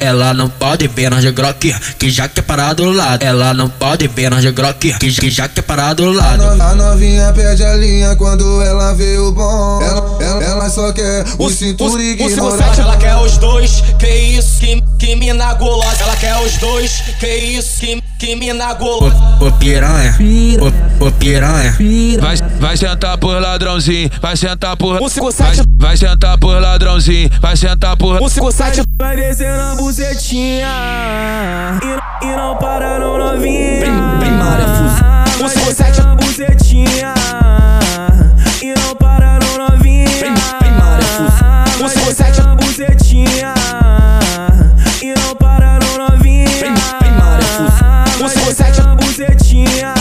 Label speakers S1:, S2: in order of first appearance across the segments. S1: Ela não pode ver nós de groque, que já que é parado do lado. Ela não pode ver nós de groque, que, que já que é parado do
S2: A,
S1: lado.
S2: no- a novinha perde a linha quando ela vê o bom. Ela, ela- ela só quer o cintura e
S3: o
S2: ignorar.
S3: sete, ela quer os dois, que isso, que, que mina gulosa. Ela quer os dois, que isso, que, que mina gulosa.
S1: Ô, ô piranha, ô, ô piranha.
S4: Vai, vai sentar por ladrãozinho, vai sentar por.
S3: O cinco
S4: Vai,
S3: sete,
S4: vai sentar por ladrãozinho, vai sentar por.
S3: o cinco sete,
S5: Vai descendo a bucetinha e, e não para no novinha
S3: primária, fuso.
S5: Vai
S3: Fuso,
S5: descendo a bucetinha E não para no novinha
S3: Prim- primária, fuso.
S5: Vai
S3: Fuso,
S5: descendo a bucetinha E não para no novinha
S3: Prim- primária, fuso.
S5: Vai
S3: Fuso,
S5: descendo a bucetinha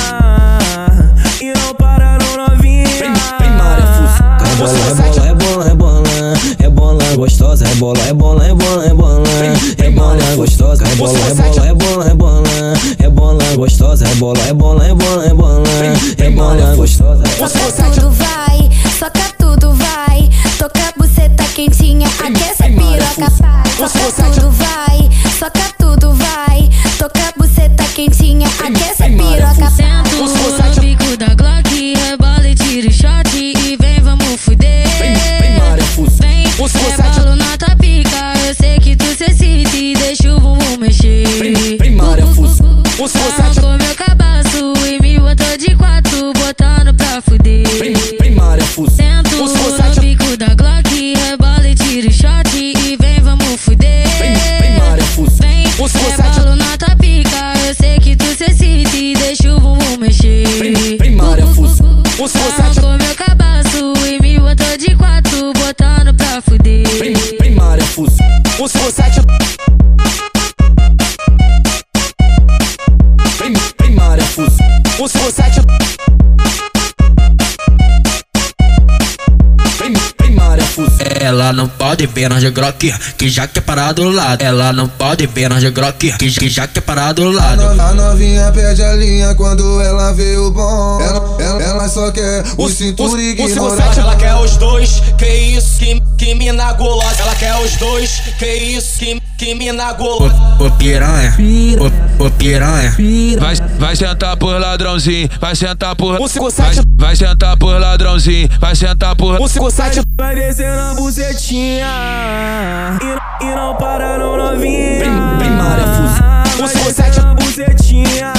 S5: E não para no novinha
S3: prim, primária, fuso. O
S6: é
S3: cinco sete,
S6: Rebola, rebola, rebola, gostosa, rebola, rebola, rebola, rebola, rebola, gostosa, rebola, rebola, rebola, rebola, rebola, gostosa, rebola, rebola, rebola, rebola, rebola, gostosa.
S3: o cinco
S7: Soca
S3: sete,
S7: tudo vai, soca tudo vai. Toca a buceta quentinha, aquece a piroca. Soca tudo vai, soca tudo vai. Toca a buceta quentinha, aquece a piroca.
S8: Sento no bico da Glock, rebola e tira o shot e vem, vamos fuder.
S3: prim, primária, fuso.
S8: Vem,
S3: O cinco
S8: rebolo na tua pica, eu sei que tu se excita e deixa o bumbum mexer.
S3: Prim- primária, fuso. O cinco sete,
S8: Arrancou meu cabaço e me botou de quatro, botando pra fuder.
S3: prim, primária, fuso.
S8: Sento
S3: O cinco
S8: no
S3: sete,
S8: bico da Glock, rebola e tira o shot e vem, vamos fuder.
S3: prim, primária, fuso.
S8: Vem,
S3: O é cinco sete,
S8: rebolo na tua pica, eu sei que tu se excita e deixa o bumbum
S3: prim,
S8: mexer.
S3: primária, fuso. O é cinco sete,
S8: Arrancou meu cabaço e me botou de quatro, botando pra fuder.
S3: prim, primária, fuso. O cinco sete, prim, primária, fuso. O cinco sete, prim, primária, fuso.
S1: Ela não pode ver nós de groque, que já que é parado do lado. Ela não pode ver nós de groque, que, que já que é parado do
S2: A,
S1: lado.
S2: no- a novinha perde a linha quando ela vê o bom. Ela, ela- ela só quer o cintura e
S3: o cinco
S2: ignorar.
S3: sete, ela quer os dois, que isso, que, que mina gulosa. Ela quer os dois, que isso, que, que mina gulosa.
S1: Ô, ô piranha, ô, ô piranha.
S4: Vai, vai sentar por ladrãozinho, vai sentar por.
S3: O cinco
S4: Vai,
S3: sete,
S4: vai sentar por ladrãozinho, vai sentar por.
S3: o cinco sete,
S5: Vai descendo a bucetinha e, e não para no novinha
S3: Prim- primária, fuso.
S5: Vai
S3: Fuso, é tipo-
S5: descendo a bucetinha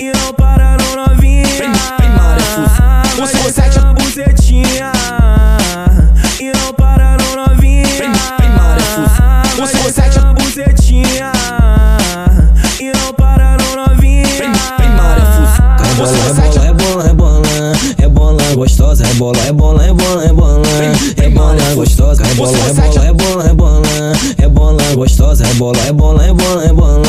S5: E não para no novinha
S3: Prim- primária, fuso.
S5: Vai
S3: Fuso, é tipo-
S5: descendo a bucetinha E não para no novinha
S3: Prim- primária, fuso.
S5: Vai
S3: Fuso, é tipo-
S5: descendo a bucetinha E não para no novinha
S3: prim, primária, fuso. é O cinco
S6: Rebola,
S3: sete,
S6: rebola, rebola, rebola, rebola, gostosa, rebola, rebola, rebola, rebola, rebola, gostosa, rebola, rebola, rebola, rebola, rebola, gostosa, rebola, rebola, rebola, rebola,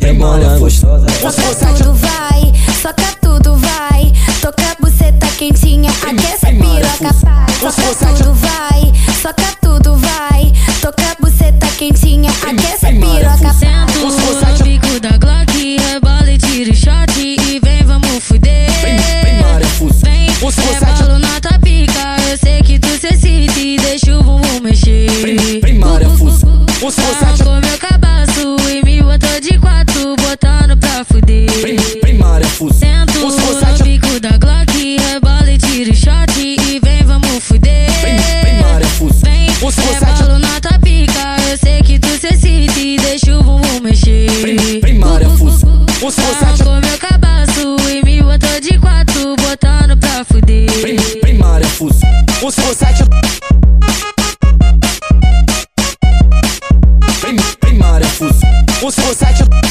S3: é
S6: rebola, gostosa.
S7: Soca
S3: tipo-
S7: tudo vai, soca tudo vai. Toca a buceta quentinha, aquece a piroca. Soca tudo vai, soca tudo vai. Toca a buceta quentinha, aquece a piroca.
S8: Sento no bico da Glock, rebola e tira o shot e vem, vamos fuder.
S3: prim, primária, fuso.
S8: Vem,
S3: O cinco
S8: rebolo na tua pica, eu sei que tu se excita e deixa o bumbum
S3: Prim-
S8: mexer.
S3: primária, fuso. O cinco sete,
S8: Arrancou meu cabaço e me botou de quatro, botando pra fuder.
S3: prim, primária, fuso.
S8: Sento
S3: O cinco
S8: no
S3: sete,
S8: bico da Glock, rebola e tira o shot e vem, vamos fuder.
S3: prim, primária, fuso.
S8: Vem,
S3: O é cinco sete,
S8: rebolo na tua pica, eu sei que tu se excita e deixa o bumbum
S3: prim,
S8: mexer.
S3: primária, fuso. O é cinco sete,
S8: Arrancou meu cabaço e me botou de quatro, botando pra fuder.
S3: prim, primária, fuso. O cinco sete, prim, primária, fuso. O cinco sete,